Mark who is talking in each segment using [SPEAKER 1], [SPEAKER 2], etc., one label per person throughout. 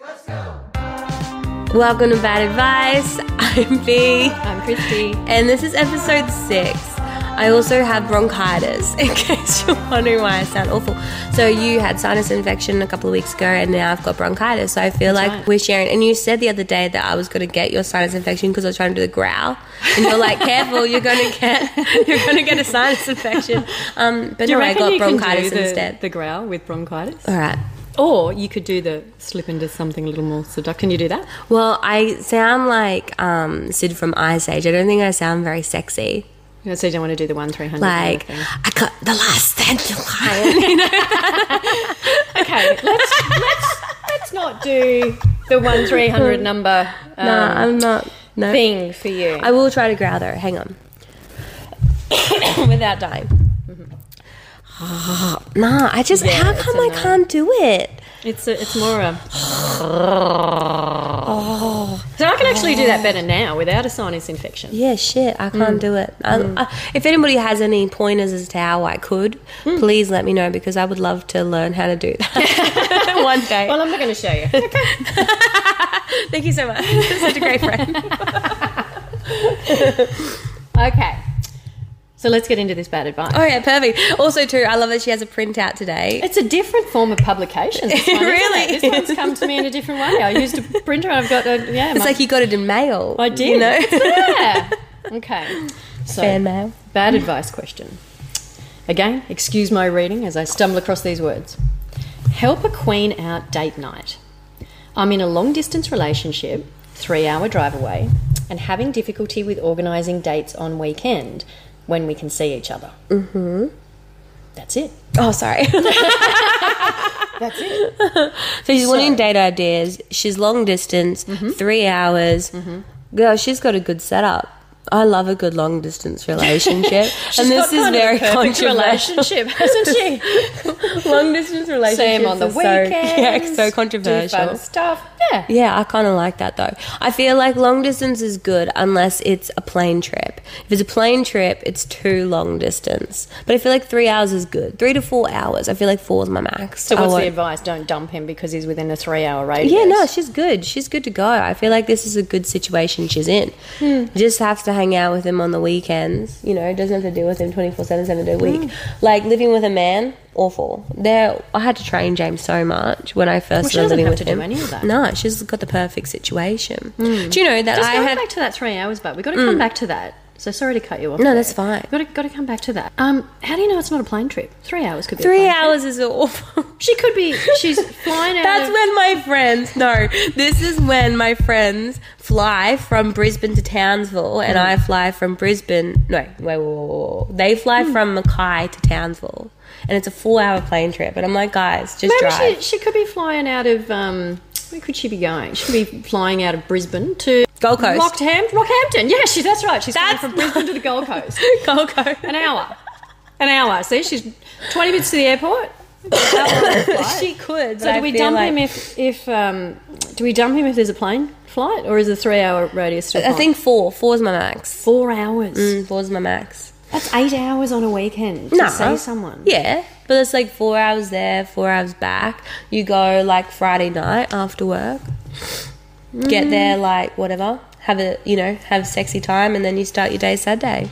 [SPEAKER 1] Let's go.
[SPEAKER 2] Welcome to Bad Advice. I'm Dee,
[SPEAKER 3] I'm Christy.
[SPEAKER 2] and this is episode six. I also have bronchitis, in case you're wondering why I sound awful. So you had sinus infection a couple of weeks ago, and now I've got bronchitis. So I feel like
[SPEAKER 3] right.
[SPEAKER 2] we're sharing. And you said the other day that I was going to get your sinus infection because I was trying to do the growl, and you're like, "Careful, you're going to get you're going to get a sinus infection." Um, but
[SPEAKER 3] Do you
[SPEAKER 2] no, I
[SPEAKER 3] reckon
[SPEAKER 2] got
[SPEAKER 3] you can do
[SPEAKER 2] bronchitis
[SPEAKER 3] the,
[SPEAKER 2] instead.
[SPEAKER 3] The growl with bronchitis,
[SPEAKER 2] All right.
[SPEAKER 3] or you could do the slip into something a little more seductive. Can you do that?
[SPEAKER 2] Well, I sound like um, Sid from Ice Age. I don't think I sound very sexy.
[SPEAKER 3] You know, so you don't want to do the one three hundred.
[SPEAKER 2] like
[SPEAKER 3] kind of thing.
[SPEAKER 2] I cut the last dandelion.
[SPEAKER 3] okay, let's let's let's not do the one three hundred number um,
[SPEAKER 2] no, I'm not. No,
[SPEAKER 3] thing for you.
[SPEAKER 2] I will try to growl though. Hang on, without dying. Mm-hmm. nah, I just
[SPEAKER 3] Yeah,
[SPEAKER 2] how
[SPEAKER 3] it's
[SPEAKER 2] come I
[SPEAKER 3] annoying.
[SPEAKER 2] can't do it?
[SPEAKER 3] It's a, it's more a. So I can actually do that better now without a sinus infection.
[SPEAKER 2] Oh, Yeah, shit, I can't do it. Um, I, if anybody has any pointers as to how I could, please let me know because I would love to learn how to do that one day.
[SPEAKER 3] Well, I'm not going to show you.
[SPEAKER 2] thank you so much. Such a great friend.
[SPEAKER 3] okay. So let's get into this bad advice.
[SPEAKER 2] Oh yeah, perfect. Also, too, I love that she has a printout today.
[SPEAKER 3] It's a different form of publication. This one, isn't it?
[SPEAKER 2] Really?
[SPEAKER 3] This one's come to me in a different way. I used a printer and I've got a. Yeah.
[SPEAKER 2] It's
[SPEAKER 3] my-
[SPEAKER 2] like you got it in mail.
[SPEAKER 3] I did.
[SPEAKER 2] You know?
[SPEAKER 3] yeah. Okay. So,
[SPEAKER 2] Fan mail.
[SPEAKER 3] bad advice question. Again, excuse my reading as I stumble across these words. Help a queen out date night. I'm in a long distance relationship, three hour drive away, and having difficulty with organising dates on weekend when we can see each other. Mm hmm.
[SPEAKER 2] Mm-hmm.
[SPEAKER 3] That's it.
[SPEAKER 2] Oh, sorry.
[SPEAKER 3] That's it.
[SPEAKER 2] so Mm-hmm. she's wanting date ideas. She's long distance, three hours. Girl, she's got a good setup. I love a good long distance relationship, and this is very controversial.
[SPEAKER 3] relationship, hasn't she?
[SPEAKER 2] long distance relationships
[SPEAKER 3] Same on the
[SPEAKER 2] are so-
[SPEAKER 3] weekend.
[SPEAKER 2] yeah, so controversial.
[SPEAKER 3] Do fun stuff. Yeah.
[SPEAKER 2] Yeah, I kind of like that though. I feel like long distance is good unless it's a plane trip. If it's a plane trip, it's too long distance. But I feel like three hours is good. Three to four hours. I feel like four is my max.
[SPEAKER 3] So
[SPEAKER 2] I
[SPEAKER 3] what's
[SPEAKER 2] want-
[SPEAKER 3] the advice? Don't dump him because he's within a three-hour radius.
[SPEAKER 2] yeah, no, she's good. She's good to go. I feel like this is a good situation she's in.
[SPEAKER 3] Hmm.
[SPEAKER 2] Just have to hang out with him on the weekends. You know, doesn't have to deal with him 24 7, 7 day a
[SPEAKER 3] Hmm.
[SPEAKER 2] week. Like living with a man, awful. There, I had to train James so much when I first
[SPEAKER 3] she
[SPEAKER 2] started
[SPEAKER 3] doesn't
[SPEAKER 2] living
[SPEAKER 3] have
[SPEAKER 2] with
[SPEAKER 3] to do
[SPEAKER 2] him.
[SPEAKER 3] any of that. Hmm.
[SPEAKER 2] No, she's got the perfect situation. Do you know that
[SPEAKER 3] Just
[SPEAKER 2] I
[SPEAKER 3] going
[SPEAKER 2] had.
[SPEAKER 3] back to that three hours, but we've got to come back to that. So sorry to cut you off.
[SPEAKER 2] No, that's fine.
[SPEAKER 3] Got to got to come back to that. Um, how do you know it's not a plane trip? Three hours could be a
[SPEAKER 2] Three
[SPEAKER 3] plane
[SPEAKER 2] hours is awful.
[SPEAKER 3] trip. She could be. She's flying out.
[SPEAKER 2] That's
[SPEAKER 3] of-
[SPEAKER 2] when my friends, no, this is when my friends fly from Brisbane to Townsville
[SPEAKER 3] Mm.
[SPEAKER 2] and I fly from Brisbane, no, wait, whoa, whoa, whoa, whoa. They fly
[SPEAKER 3] Mm.
[SPEAKER 2] from Mackay to Townsville and it's a four hour plane trip. And I'm like, guys, just
[SPEAKER 3] maybe
[SPEAKER 2] drive.
[SPEAKER 3] she, she could be flying out of. Um, where could she be going? She could be flying out of Brisbane to
[SPEAKER 2] Gold Coast.
[SPEAKER 3] Rockhampton. Rockhampton. Yeah, she. That's right. She's flying
[SPEAKER 2] That's
[SPEAKER 3] from Brisbane to the Gold Coast.
[SPEAKER 2] Go, go.
[SPEAKER 3] An hour. An hour. See, she's twenty minutes to the airport. That long flight.
[SPEAKER 2] She could.
[SPEAKER 3] So do we dump him if if um, do we dump him if there's a plane flight or is a three hour radius still?
[SPEAKER 2] I
[SPEAKER 3] fine?
[SPEAKER 2] think four. Four is my max.
[SPEAKER 3] four hours.
[SPEAKER 2] Mm, Four is my max.
[SPEAKER 3] That's eight hours on a weekend to
[SPEAKER 2] No.
[SPEAKER 3] see someone.
[SPEAKER 2] Yeah. But it's like four hours there, four hours back. You go like Friday night after work. Get
[SPEAKER 3] Mm-hmm.
[SPEAKER 2] there like whatever. Have a you know, have sexy time and then you start your day Saturday.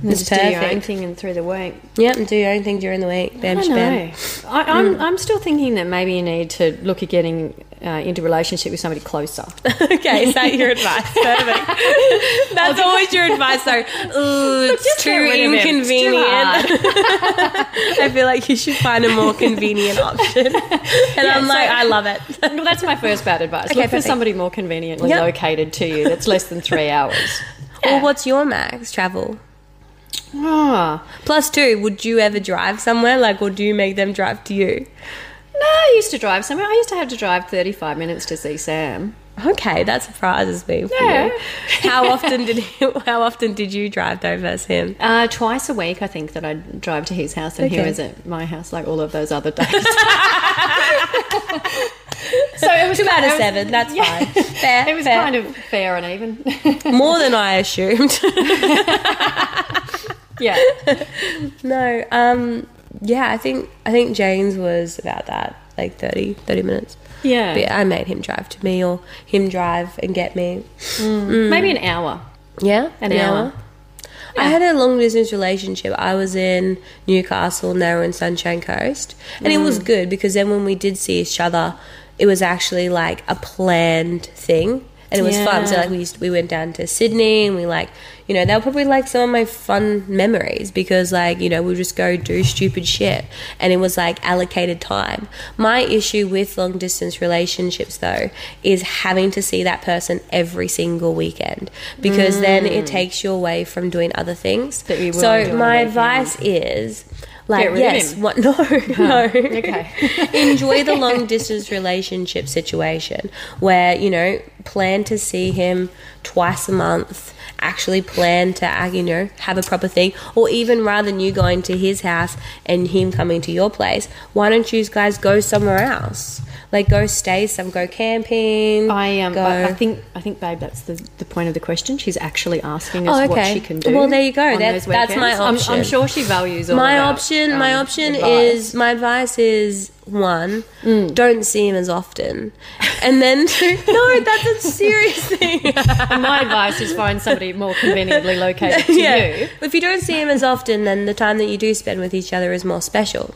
[SPEAKER 3] And
[SPEAKER 2] It's
[SPEAKER 3] just do your own
[SPEAKER 2] perfect.
[SPEAKER 3] thing and through the week.
[SPEAKER 2] Yep, and do your own thing during the week. Bam
[SPEAKER 3] I
[SPEAKER 2] bam.
[SPEAKER 3] know. I,
[SPEAKER 2] Mm.
[SPEAKER 3] I'm I'm still thinking that maybe you need to look at getting uh, into a relationship with somebody closer.
[SPEAKER 2] okay, is that your advice? Perfect. That's always your advice though. Ooh, it's
[SPEAKER 3] Just get
[SPEAKER 2] too
[SPEAKER 3] rid of him. It's too
[SPEAKER 2] inconvenient.
[SPEAKER 3] hard.
[SPEAKER 2] I feel like you should find a more convenient option. And I'm
[SPEAKER 3] so-
[SPEAKER 2] like, I love it.
[SPEAKER 3] well, that's my first bad advice.
[SPEAKER 2] Okay,
[SPEAKER 3] look for
[SPEAKER 2] perfect.
[SPEAKER 3] somebody more conveniently
[SPEAKER 2] Yep.
[SPEAKER 3] located to you that's less than three hours.
[SPEAKER 2] Well, what's your max travel?
[SPEAKER 3] Ah.
[SPEAKER 2] Plus two, would you ever drive somewhere? Like, or do you make them drive to you?
[SPEAKER 3] No, I used to drive somewhere. I used to have to drive 35 minutes to see Sam.
[SPEAKER 2] Okay, that surprises me. for
[SPEAKER 3] Yeah.
[SPEAKER 2] you. How often did he, how often did you drive though versus him?
[SPEAKER 3] Uh, twice a week, I think that I'd drive to his house, and he
[SPEAKER 2] Okay.
[SPEAKER 3] was at my house like all of those other days. so it was
[SPEAKER 2] Two out
[SPEAKER 3] it
[SPEAKER 2] of
[SPEAKER 3] was-
[SPEAKER 2] seven. That's
[SPEAKER 3] yeah.
[SPEAKER 2] fine. Fair.
[SPEAKER 3] It was
[SPEAKER 2] fair.
[SPEAKER 3] kind of fair and even.
[SPEAKER 2] more than I assumed.
[SPEAKER 3] yeah.
[SPEAKER 2] no. Um. Yeah. I think I think Jane's was about that. like 30, 30 minutes.
[SPEAKER 3] Yeah.
[SPEAKER 2] But yeah, I made him drive to me or him drive and get me. Mm.
[SPEAKER 3] Maybe an hour.
[SPEAKER 2] Yeah,
[SPEAKER 3] An hour.
[SPEAKER 2] I had a long distance relationship. I was in Newcastle, now we're in Sunshine Coast, and it
[SPEAKER 3] Mm.
[SPEAKER 2] was good because then when we did see each other, it was actually like a planned thing, and it was fun. So
[SPEAKER 3] Yeah.
[SPEAKER 2] like we used, we went down to Sydney, and we like you know they were probably like some of my fun memories because like you know we just go do stupid shit, and it was like allocated time. My issue with long distance relationships though is having to see that person every single weekend because then it takes you away from doing other things.
[SPEAKER 3] Mm. That you wouldn't do
[SPEAKER 2] so
[SPEAKER 3] on
[SPEAKER 2] my
[SPEAKER 3] the weekend.
[SPEAKER 2] advice is like
[SPEAKER 3] rid of
[SPEAKER 2] yes,
[SPEAKER 3] him.
[SPEAKER 2] what no, no.
[SPEAKER 3] Okay.
[SPEAKER 2] Enjoy the long distance relationship situation where, you know, plan to see him twice a month, actually plan to, uh, you know, have a proper thing, or even rather than you going to his house and him coming to your place, why don't you guys go somewhere else? Like go stay some, go camping.
[SPEAKER 3] I um,
[SPEAKER 2] go.
[SPEAKER 3] I, I think I think, babe, that's the, the point of the question. She's actually asking us
[SPEAKER 2] Oh,
[SPEAKER 3] what
[SPEAKER 2] okay.
[SPEAKER 3] she can do.
[SPEAKER 2] Well, there you go.
[SPEAKER 3] on
[SPEAKER 2] That's-
[SPEAKER 3] those
[SPEAKER 2] that's my
[SPEAKER 3] weekends. I'm- I'm,
[SPEAKER 2] option.
[SPEAKER 3] sure she values all
[SPEAKER 2] my
[SPEAKER 3] of our,
[SPEAKER 2] option my
[SPEAKER 3] um,
[SPEAKER 2] option
[SPEAKER 3] advice. Mm.
[SPEAKER 2] is my advice is one don't see him as often and then no that's a serious thing
[SPEAKER 3] And my advice is find somebody more conveniently located to you.
[SPEAKER 2] if you don't see him as often then the time that you do spend with each other is more special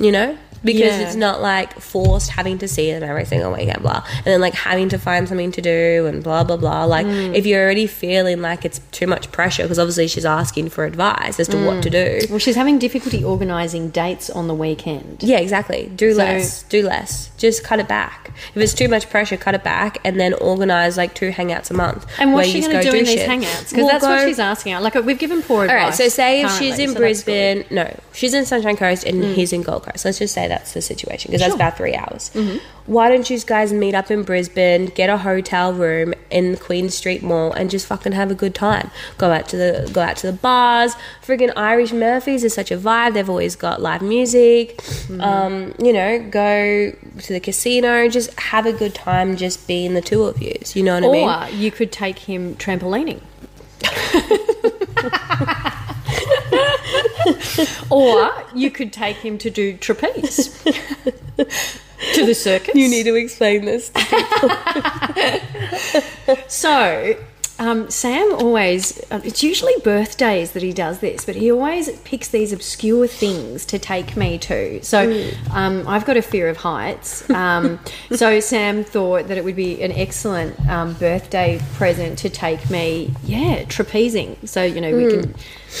[SPEAKER 2] you know because
[SPEAKER 3] Yeah.
[SPEAKER 2] it's not like forced having to see them every single weekend blah and then like having to find something to do and blah blah blah like
[SPEAKER 3] Mm.
[SPEAKER 2] if you're already feeling like it's too much pressure because obviously she's asking for advice as to what
[SPEAKER 3] Mm.
[SPEAKER 2] to do
[SPEAKER 3] Well, she's having difficulty organising dates on the weekend.
[SPEAKER 2] Yeah, exactly. Do less. Do less. Just cut it back. If it's too much pressure, cut it back, and then organize like two hangouts a month.
[SPEAKER 3] And what's
[SPEAKER 2] where you
[SPEAKER 3] she
[SPEAKER 2] just
[SPEAKER 3] going to
[SPEAKER 2] go
[SPEAKER 3] do, in these
[SPEAKER 2] shit.
[SPEAKER 3] hangouts? Because
[SPEAKER 2] We'll
[SPEAKER 3] that's what
[SPEAKER 2] go-
[SPEAKER 3] she's asking. Like uh, we've given poor
[SPEAKER 2] All
[SPEAKER 3] advice.
[SPEAKER 2] right. So say if she's in
[SPEAKER 3] currently, so that's good.
[SPEAKER 2] Brisbane, no, she's in Sunshine Coast and he's in Gold Coast. Let's just say that's the situation because that's about three hours. Why don't you guys meet up in Brisbane, get a hotel room in the Queen Street Mall, and just fucking have a good time? Go out to the go out to the bars. Friggin' Irish Murphys is such a vibe. They've always got live music. Um, you know, go to the casino. Just have a good time. Just being the two of you. You know what I mean?
[SPEAKER 3] Or you could take him trampolining. or you could take him to do trapeze. to the circus.
[SPEAKER 2] You need to explain this.
[SPEAKER 3] So, um, Sam always, uh, it's usually birthdays that he does this, but he always picks these obscure things to take me to. So, um, I've got a fear of heights. Um, so, Sam thought that it would be an excellent um, birthday present to take me, yeah, trapezing. So, you know, we can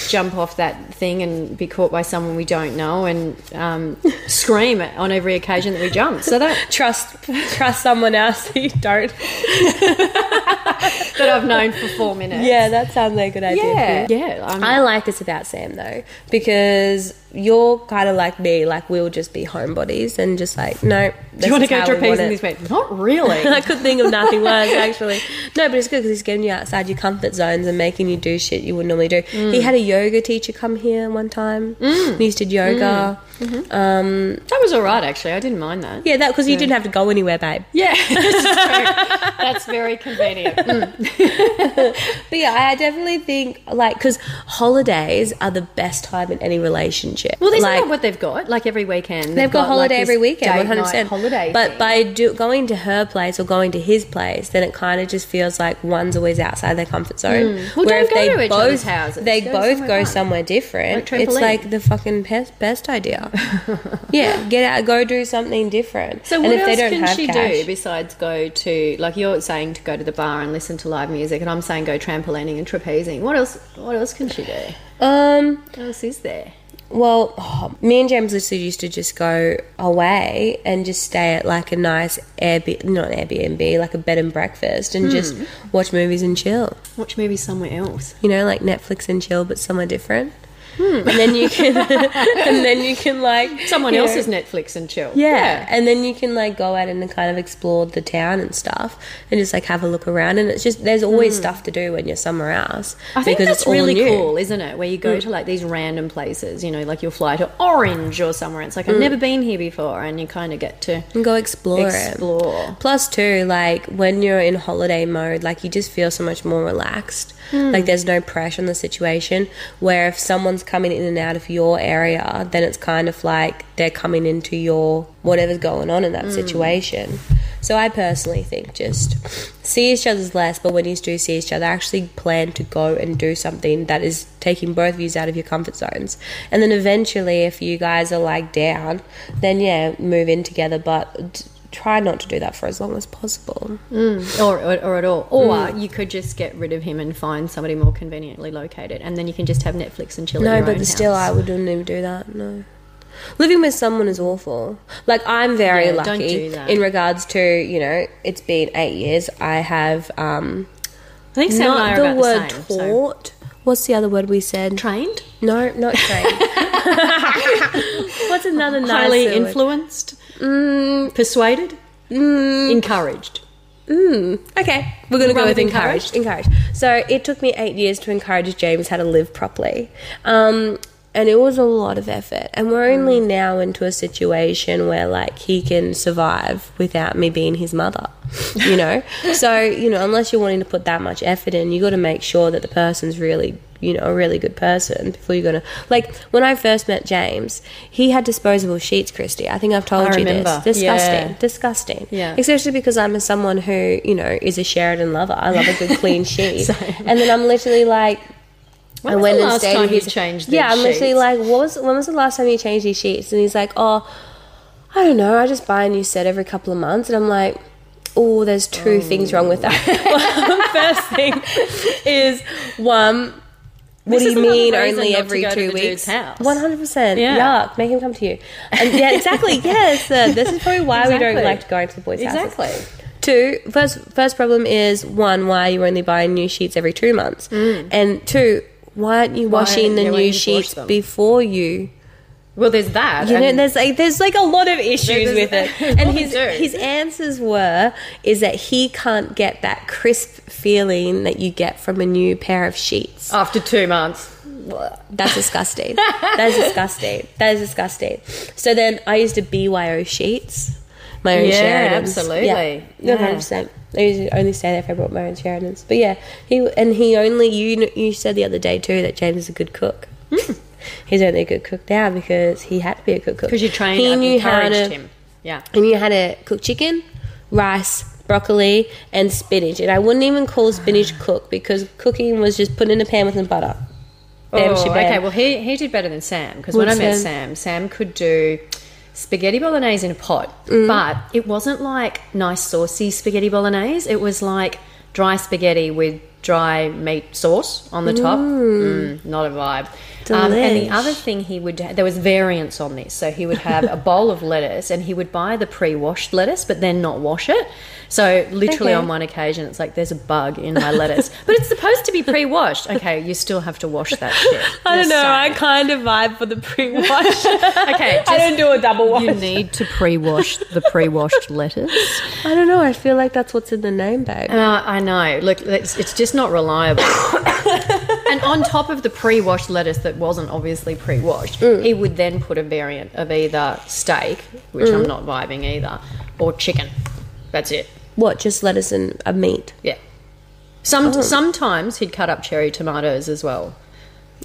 [SPEAKER 3] jump off that thing and be caught by someone we don't know and um, scream on every occasion that we jump. So, that,
[SPEAKER 2] trust trust someone else that you don't.
[SPEAKER 3] that I've known for four minutes.
[SPEAKER 2] Yeah, that sounds like a good idea.
[SPEAKER 3] Yeah. Yeah. I'm-
[SPEAKER 2] I like this about Sam though, because you're kind of like me. Like we'll just be homebodies and just like no.
[SPEAKER 3] Do you want to go trapezing
[SPEAKER 2] trapezing
[SPEAKER 3] this week? Not really.
[SPEAKER 2] I could think of nothing worse actually. No, but it's good because he's getting you outside your comfort zones and making you do shit you wouldn't normally do.
[SPEAKER 3] Mm.
[SPEAKER 2] He had a yoga teacher come here one time. He used to do yoga.
[SPEAKER 3] Mm. Mm-hmm.
[SPEAKER 2] Um,
[SPEAKER 3] that was all right, actually. I didn't mind that.
[SPEAKER 2] yeah, that because you didn't have to go anywhere, babe.
[SPEAKER 3] Yeah, this is true. that's very convenient.
[SPEAKER 2] But yeah, I definitely think like because holidays are the best time in any relationship.
[SPEAKER 3] Well, isn't
[SPEAKER 2] like,
[SPEAKER 3] that what they've got? Like every weekend,
[SPEAKER 2] They've got, holiday
[SPEAKER 3] like,
[SPEAKER 2] every
[SPEAKER 3] this
[SPEAKER 2] weekend,
[SPEAKER 3] date
[SPEAKER 2] one hundred
[SPEAKER 3] night
[SPEAKER 2] percent
[SPEAKER 3] holiday.
[SPEAKER 2] But
[SPEAKER 3] thing.
[SPEAKER 2] by do, going to her place or going to his place, then it kind of just feels like one's always outside their comfort zone.
[SPEAKER 3] Hmm. Well, don't go to each other's houses.
[SPEAKER 2] they
[SPEAKER 3] Go
[SPEAKER 2] both
[SPEAKER 3] somewhere
[SPEAKER 2] go
[SPEAKER 3] fun.
[SPEAKER 2] somewhere different,
[SPEAKER 3] Like
[SPEAKER 2] it's
[SPEAKER 3] trampoline.
[SPEAKER 2] like the fucking best, best idea. yeah, get out, go do something different.
[SPEAKER 3] so
[SPEAKER 2] And
[SPEAKER 3] what
[SPEAKER 2] if
[SPEAKER 3] else
[SPEAKER 2] they don't
[SPEAKER 3] can
[SPEAKER 2] have
[SPEAKER 3] she do
[SPEAKER 2] cash-
[SPEAKER 3] besides go to like you're saying to go to the bar and listen to live music, and I'm saying go trampolining and trapezing. What else? What else can she do?
[SPEAKER 2] Um.
[SPEAKER 3] What else is there?
[SPEAKER 2] Well, oh, me and James literally used to just go away and just stay at like a nice Airbnb, not Airbnb, like a bed and breakfast and just
[SPEAKER 3] Hmm.
[SPEAKER 2] watch movies and chill.
[SPEAKER 3] Watch movies somewhere else.
[SPEAKER 2] You know, like Netflix and chill, but somewhere different. And then you can, and then you can like
[SPEAKER 3] Hmm. Someone
[SPEAKER 2] you know-
[SPEAKER 3] else's Netflix and chill.
[SPEAKER 2] yeah. And then you can like go out and kind of explore the town and stuff and just like have a look around. And it's just, there's always stuff to do when you're somewhere else.
[SPEAKER 3] Hmm. I think
[SPEAKER 2] because
[SPEAKER 3] that's
[SPEAKER 2] it's all
[SPEAKER 3] really
[SPEAKER 2] new. Hmm.
[SPEAKER 3] cool, isn't it? Where you go to like these random places, you know, like you'll fly to Orange or somewhere. It's like I've never been here before, and you kind of get to
[SPEAKER 2] And go Hmm. explore, it.
[SPEAKER 3] explore.
[SPEAKER 2] Plus, too, like when you're in holiday mode, like you just feel so much more relaxed. Like there's no pressure on the situation. Where if someone's coming in and out of your area, then it's kind of like they're coming into your whatever's going on in that situation. So I personally think just see each other's less, but when you do see each other, actually plan to go and do something that is taking both of you out of your comfort zones. And then eventually, if you guys are like down, then yeah, move in together, but t- try not to do that for as long as possible.
[SPEAKER 3] or, or, or at all. Or
[SPEAKER 2] Hmm.
[SPEAKER 3] you could just get rid of him and find somebody more conveniently located, and then you can just have Netflix and chill. at
[SPEAKER 2] No,
[SPEAKER 3] your
[SPEAKER 2] but
[SPEAKER 3] own house.
[SPEAKER 2] still, I wouldn't even do that. No, living with someone is awful. Like I'm very
[SPEAKER 3] Yeah, don't
[SPEAKER 2] lucky
[SPEAKER 3] do that.
[SPEAKER 2] in regards to you know it's been eight years. I have um
[SPEAKER 3] I think Sam and
[SPEAKER 2] not
[SPEAKER 3] I are
[SPEAKER 2] the
[SPEAKER 3] about
[SPEAKER 2] word
[SPEAKER 3] the same. so-
[SPEAKER 2] taught. What's the other word we said?
[SPEAKER 3] Trained,
[SPEAKER 2] no, not trained. What's another nice Mm.
[SPEAKER 3] highly
[SPEAKER 2] word?
[SPEAKER 3] influenced, persuaded, encouraged.
[SPEAKER 2] Mm, okay, we're gonna go
[SPEAKER 3] Rather
[SPEAKER 2] with
[SPEAKER 3] than
[SPEAKER 2] encouraged. Encouraged. So it took me eight years to encourage James how to live properly, um, and it was a lot of effort. And we're only now into a situation where like he can survive without me being his mother. You know, so you know, unless you're wanting to put that much effort in, you got to make sure that the person's really you know, a really good person before you're gonna like when I first met James, he had disposable sheets, Christy. I think I've told
[SPEAKER 3] I
[SPEAKER 2] you
[SPEAKER 3] remember.
[SPEAKER 2] this. Disgusting.
[SPEAKER 3] Yeah.
[SPEAKER 2] Disgusting.
[SPEAKER 3] Yeah.
[SPEAKER 2] Especially because I'm a someone who, you know, is a Sheridan lover. I love a good clean sheet. and then I'm literally like
[SPEAKER 3] When was the last time you changed
[SPEAKER 2] Yeah,
[SPEAKER 3] these
[SPEAKER 2] I'm literally
[SPEAKER 3] sheets?
[SPEAKER 2] like, what was when was the last time you changed these sheets? And he's like, Oh, I don't know, I just buy a new set every couple of months and I'm like Oh, there's two things wrong with that.
[SPEAKER 3] Mm.
[SPEAKER 2] First thing is one, what
[SPEAKER 3] This
[SPEAKER 2] do you
[SPEAKER 3] is another
[SPEAKER 2] mean
[SPEAKER 3] reason
[SPEAKER 2] only
[SPEAKER 3] not to
[SPEAKER 2] every
[SPEAKER 3] go to
[SPEAKER 2] two
[SPEAKER 3] the
[SPEAKER 2] weeks?
[SPEAKER 3] dude's house.
[SPEAKER 2] One hundred percent.
[SPEAKER 3] Yeah.
[SPEAKER 2] Yuck. Make him come to you. And yeah, exactly. yes. Uh, this is probably why we
[SPEAKER 3] Exactly.
[SPEAKER 2] don't like to go into the boys' houses.
[SPEAKER 3] Exactly.
[SPEAKER 2] Two, first first problem is one, why are you only buying new sheets every two months? And two, why aren't you
[SPEAKER 3] Mm. Why-
[SPEAKER 2] washing the
[SPEAKER 3] yeah,
[SPEAKER 2] new
[SPEAKER 3] why don't you wash
[SPEAKER 2] sheets
[SPEAKER 3] them?
[SPEAKER 2] before you?
[SPEAKER 3] Well, there's that.
[SPEAKER 2] You know,
[SPEAKER 3] and-
[SPEAKER 2] there's like there's like a lot of issues
[SPEAKER 3] There's-
[SPEAKER 2] with it.
[SPEAKER 3] there's
[SPEAKER 2] And
[SPEAKER 3] more
[SPEAKER 2] his
[SPEAKER 3] to do.
[SPEAKER 2] his answers were is that he can't get that crisp feeling that you get from a new pair of sheets.
[SPEAKER 3] after two months,
[SPEAKER 2] That's disgusting. that is disgusting. That is disgusting. So then I used to BYO sheets, my own
[SPEAKER 3] Yeah,
[SPEAKER 2] Sheridans.
[SPEAKER 3] absolutely.
[SPEAKER 2] Yeah,
[SPEAKER 3] Yeah.
[SPEAKER 2] one hundred percent. I usually only stay there if I brought my own Sheridans. But yeah, he and he only you kn- you said the other day too that James is a good cook.
[SPEAKER 3] Hmm.
[SPEAKER 2] He's only a good cook now because he had to be a good cook
[SPEAKER 3] because you trained,
[SPEAKER 2] He
[SPEAKER 3] up,
[SPEAKER 2] knew how
[SPEAKER 3] encouraged
[SPEAKER 2] to-
[SPEAKER 3] him. Yeah.
[SPEAKER 2] I knew how to cook chicken, rice, broccoli, and spinach. And I wouldn't even call spinach cook because cooking was just put in a pan with some butter. Bam,
[SPEAKER 3] oh,
[SPEAKER 2] shabam.
[SPEAKER 3] okay. Well, he he did better than Sam because when I
[SPEAKER 2] Would
[SPEAKER 3] met
[SPEAKER 2] Sam-
[SPEAKER 3] Sam, Sam could do spaghetti bolognese in a pot,
[SPEAKER 2] Mm.
[SPEAKER 3] but it wasn't like nice saucy spaghetti bolognese. It was like dry spaghetti with dry meat sauce on the top. Mm, not a vibe. Um, and the
[SPEAKER 2] Delish.
[SPEAKER 3] other thing he would there was variants on this, so he would have a bowl of lettuce and he would buy the pre-washed lettuce, but then not wash it. So literally
[SPEAKER 2] Okay.
[SPEAKER 3] on one occasion, it's like there's a bug in my lettuce, but it's supposed to be pre-washed. Okay, you still have to wash that shit.
[SPEAKER 2] I don't
[SPEAKER 3] Just
[SPEAKER 2] know. I
[SPEAKER 3] saying.
[SPEAKER 2] kind of vibe for the pre-wash.
[SPEAKER 3] Okay,
[SPEAKER 2] I don't do a double wash.
[SPEAKER 3] you need to pre-wash the pre-washed lettuce.
[SPEAKER 2] I don't know. I feel like that's what's in the name bag.
[SPEAKER 3] Uh, I know. Look, it's, it's just not reliable. and on top of the pre-washed lettuce that wasn't obviously pre-washed, he would then put a variant of either steak, which I'm not vibing either, or chicken. That's it.
[SPEAKER 2] What? Just lettuce and a meat.
[SPEAKER 3] Yeah. Some
[SPEAKER 2] Oh.
[SPEAKER 3] sometimes he'd cut up cherry tomatoes as well.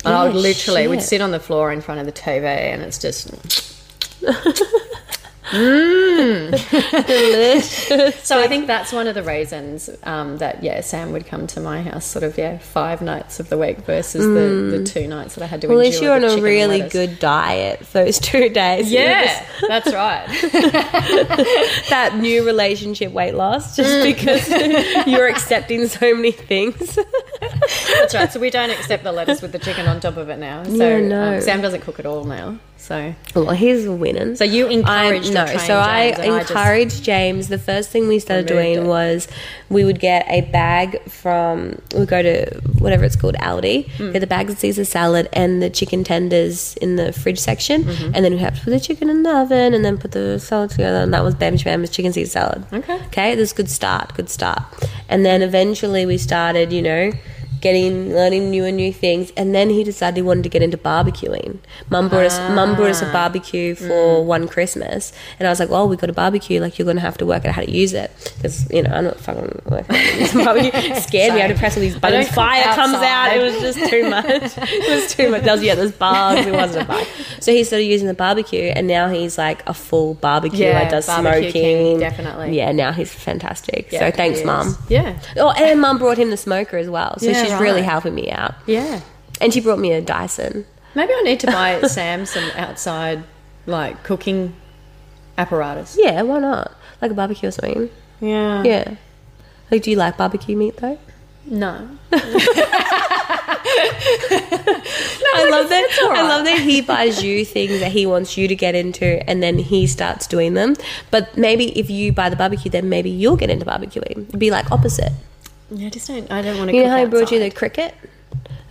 [SPEAKER 3] And I
[SPEAKER 2] Yeah,
[SPEAKER 3] would literally would
[SPEAKER 2] Oh, shit.
[SPEAKER 3] sit on the floor in front of the TV, and it's just
[SPEAKER 2] Mm.
[SPEAKER 3] So I think that's one of the reasons um, that yeah, Sam would come to my house sort of yeah five nights of the week versus the, the two nights that I had to.
[SPEAKER 2] Mm. Well, at
[SPEAKER 3] endure
[SPEAKER 2] least you're on
[SPEAKER 3] the
[SPEAKER 2] a
[SPEAKER 3] chicken
[SPEAKER 2] really
[SPEAKER 3] lettuce.
[SPEAKER 2] good diet those two days. You're
[SPEAKER 3] Yeah,
[SPEAKER 2] just-
[SPEAKER 3] that's right.
[SPEAKER 2] that new relationship weight loss just
[SPEAKER 3] Mm.
[SPEAKER 2] because you're accepting so many things.
[SPEAKER 3] That's right. So we don't accept the lettuce with the chicken on top of it now. So
[SPEAKER 2] Yeah, no.
[SPEAKER 3] um, Sam doesn't cook at all now. So
[SPEAKER 2] Well, he's winning.
[SPEAKER 3] so you encouraged
[SPEAKER 2] I, no,
[SPEAKER 3] or trained
[SPEAKER 2] so I
[SPEAKER 3] James and just-
[SPEAKER 2] encouraged James. The first thing we started
[SPEAKER 3] Removed
[SPEAKER 2] doing
[SPEAKER 3] it.
[SPEAKER 2] was we would get a bag from we go to whatever it's called Aldi.
[SPEAKER 3] Hmm.
[SPEAKER 2] Get the bag that sees the salad and the chicken tenders in the fridge section,
[SPEAKER 3] Mm-hmm.
[SPEAKER 2] and then we have to put the chicken in the oven and then put the salad together. And that was bam shabam's chicken Caesar salad.
[SPEAKER 3] Okay.
[SPEAKER 2] okay, this is a good start, good start. And then eventually we started, you know, getting learning new and new things. And then he decided he wanted to get into barbecuing. Mum brought us mum brought
[SPEAKER 3] Ah.
[SPEAKER 2] us a barbecue
[SPEAKER 3] Mm.
[SPEAKER 2] for one Christmas, and I was like, "Well, we got a barbecue. Like you're gonna have to work out how to use it because you know I'm not fucking working out how to use a barbecue. It Scared me. I had to press all these
[SPEAKER 3] don't
[SPEAKER 2] buttons.
[SPEAKER 3] cook
[SPEAKER 2] Fire comes out.
[SPEAKER 3] outside.
[SPEAKER 2] It was just too much. it was too much. That was yeah. There's bars. It wasn't a bar. So he started using the barbecue, and now he's like a full barbecue.
[SPEAKER 3] Yeah,
[SPEAKER 2] like does
[SPEAKER 3] barbecue king,
[SPEAKER 2] smoking.
[SPEAKER 3] definitely.
[SPEAKER 2] Yeah. Now he's fantastic.
[SPEAKER 3] Yeah,
[SPEAKER 2] so thanks,
[SPEAKER 3] he is.
[SPEAKER 2] mum.
[SPEAKER 3] Yeah.
[SPEAKER 2] Oh, and mum brought him the smoker as well, so
[SPEAKER 3] Yeah,
[SPEAKER 2] she's really
[SPEAKER 3] right.
[SPEAKER 2] helping me out.
[SPEAKER 3] Yeah.
[SPEAKER 2] And she brought me a Dyson.
[SPEAKER 3] Maybe I need to buy Sam some outside, like, cooking apparatus.
[SPEAKER 2] Yeah, why not? Like a barbecue or something.
[SPEAKER 3] Yeah.
[SPEAKER 2] Yeah. Like, do you like barbecue meat though?
[SPEAKER 3] No.
[SPEAKER 2] I love that. I love that he buys you things that he wants you to get into, and then he starts doing them. But maybe if you buy the barbecue, then maybe you'll get into barbecuing. It'd be like opposite.
[SPEAKER 3] Yeah, I just don't. I don't want to.
[SPEAKER 2] You
[SPEAKER 3] cook
[SPEAKER 2] know how I brought you
[SPEAKER 3] outside.
[SPEAKER 2] the cricket?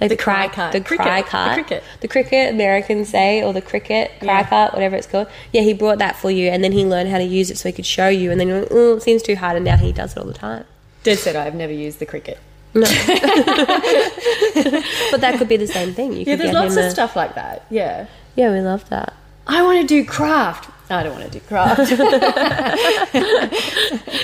[SPEAKER 2] Like the,
[SPEAKER 3] cry
[SPEAKER 2] cry
[SPEAKER 3] cart.
[SPEAKER 2] The
[SPEAKER 3] Cricket.
[SPEAKER 2] cry
[SPEAKER 3] The
[SPEAKER 2] cart.
[SPEAKER 3] cricket.
[SPEAKER 2] The cricket, Americans say, or the cricket, cry
[SPEAKER 3] Yeah.
[SPEAKER 2] cart, whatever it's called. Yeah, he brought that for you and then he learned how to use it so he could show you. And then you're like, oh, it seems too hard. And now he does it all the time.
[SPEAKER 3] Dead set. I've never used the cricket.
[SPEAKER 2] But that could be the same thing. You could
[SPEAKER 3] Yeah, there's
[SPEAKER 2] get
[SPEAKER 3] lots
[SPEAKER 2] him
[SPEAKER 3] of
[SPEAKER 2] a-
[SPEAKER 3] stuff like that. Yeah.
[SPEAKER 2] Yeah, we love that.
[SPEAKER 3] I want to do craft. I don't want to do craft.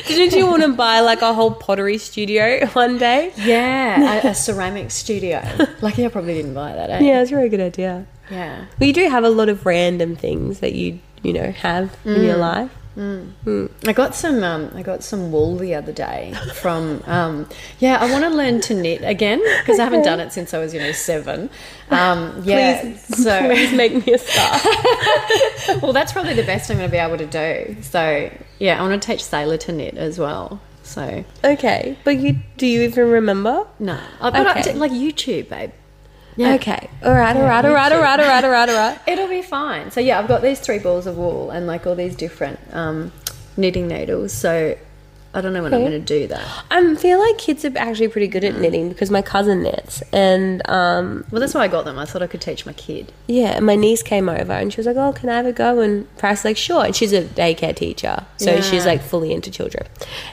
[SPEAKER 2] Didn't you want to buy like a whole pottery studio one day?
[SPEAKER 3] yeah, a, a ceramic studio. Lucky I probably didn't buy that. Eh?
[SPEAKER 2] Yeah, it's a really good idea.
[SPEAKER 3] Yeah.
[SPEAKER 2] Well, you do have a lot of random things that you, you know, have in your life.
[SPEAKER 3] I got some. Um, I got some wool the other day from. Um, yeah, I want to learn to knit again because I haven't done it since I was, you know, seven. Um, yeah. so
[SPEAKER 2] Please make me a star.
[SPEAKER 3] well, that's probably the best I'm going to be able to do. So yeah, I want to teach Sailor to knit as well. So
[SPEAKER 2] okay. But you do you even remember?
[SPEAKER 3] no, I, but I-
[SPEAKER 2] Okay.
[SPEAKER 3] like YouTube, babe. Yeah.
[SPEAKER 2] Okay. All right. All right. All
[SPEAKER 3] you
[SPEAKER 2] right. All right. All right. All right. All right.
[SPEAKER 3] It'll be fine. So yeah, I've got these three balls of wool and like all these different um, knitting needles. So I don't know when I'm
[SPEAKER 2] Okay.
[SPEAKER 3] going to do that.
[SPEAKER 2] I feel like kids are actually pretty good at knitting because my cousin knits, and um,
[SPEAKER 3] Well, that's why I got them. I thought I could teach my kid.
[SPEAKER 2] yeah, and my niece came over and she was like, "Oh, can I have a go?" And Price like, "Sure." And she's a daycare teacher, so
[SPEAKER 3] Yeah.
[SPEAKER 2] she's like fully into children,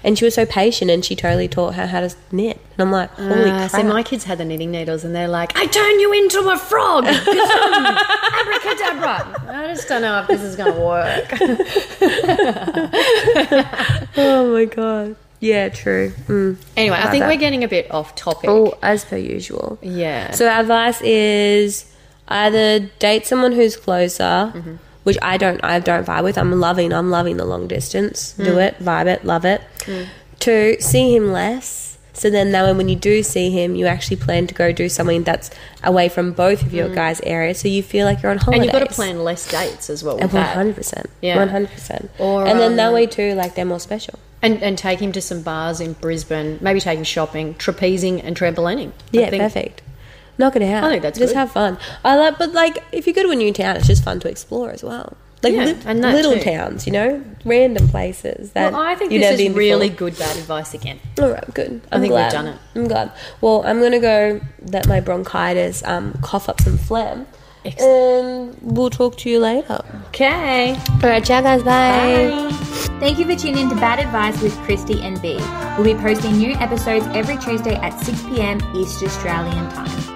[SPEAKER 2] and she was so patient, and she totally taught her how to knit. And I'm like, "Holy
[SPEAKER 3] Ah,
[SPEAKER 2] crap!"
[SPEAKER 3] so my kids had the knitting needles and they're like, I turn you into a frog. Abracadabra. I just don't know if this is going to work.
[SPEAKER 2] oh my god. Yeah, true. Mm.
[SPEAKER 3] Anyway, I think
[SPEAKER 2] that.
[SPEAKER 3] we're getting a bit off topic.
[SPEAKER 2] Oh, as per usual.
[SPEAKER 3] Yeah.
[SPEAKER 2] So our advice is either date someone who's closer,
[SPEAKER 3] Mm-hmm.
[SPEAKER 2] which I don't I don't vibe with. I'm loving I'm loving the long distance. Do
[SPEAKER 3] Mm.
[SPEAKER 2] it, vibe it, love it. Two, see him less. So then that way when you do see him, you actually plan to go do something that's away from both of your guys' areas. So you feel like you're on holiday.
[SPEAKER 3] Mm. and you've got to plan less dates as well with
[SPEAKER 2] One
[SPEAKER 3] that.
[SPEAKER 2] hundred percent.
[SPEAKER 3] Yeah.
[SPEAKER 2] One hundred percent.
[SPEAKER 3] Or,
[SPEAKER 2] And then that
[SPEAKER 3] um,
[SPEAKER 2] way too, like they're more special.
[SPEAKER 3] And, and take him to some bars in Brisbane, maybe take him shopping, trapezing and trampolining.
[SPEAKER 2] Yeah,
[SPEAKER 3] I think-
[SPEAKER 2] perfect. Knock it out.
[SPEAKER 3] I think that's
[SPEAKER 2] just
[SPEAKER 3] good.
[SPEAKER 2] have fun. I like, but like if you go to a new town, it's just fun to explore as well. Like
[SPEAKER 3] Yeah,
[SPEAKER 2] lit-
[SPEAKER 3] and that
[SPEAKER 2] little
[SPEAKER 3] too.
[SPEAKER 2] towns, you know, random places that
[SPEAKER 3] Well, I think
[SPEAKER 2] you've
[SPEAKER 3] this
[SPEAKER 2] never
[SPEAKER 3] is
[SPEAKER 2] been before.
[SPEAKER 3] really good bad advice again.
[SPEAKER 2] All right, good. I'm
[SPEAKER 3] think we've
[SPEAKER 2] glad.
[SPEAKER 3] done it.
[SPEAKER 2] I'm glad. Well, I'm gonna go let my bronchitis um, cough up some phlegm, and we'll talk to you later.
[SPEAKER 3] Okay.
[SPEAKER 2] All right, ciao guys. Bye.
[SPEAKER 1] Thank you for tuning to Bad Advice with Christy and B. We'll be posting new episodes every Tuesday at 6 p.m. East Australian time.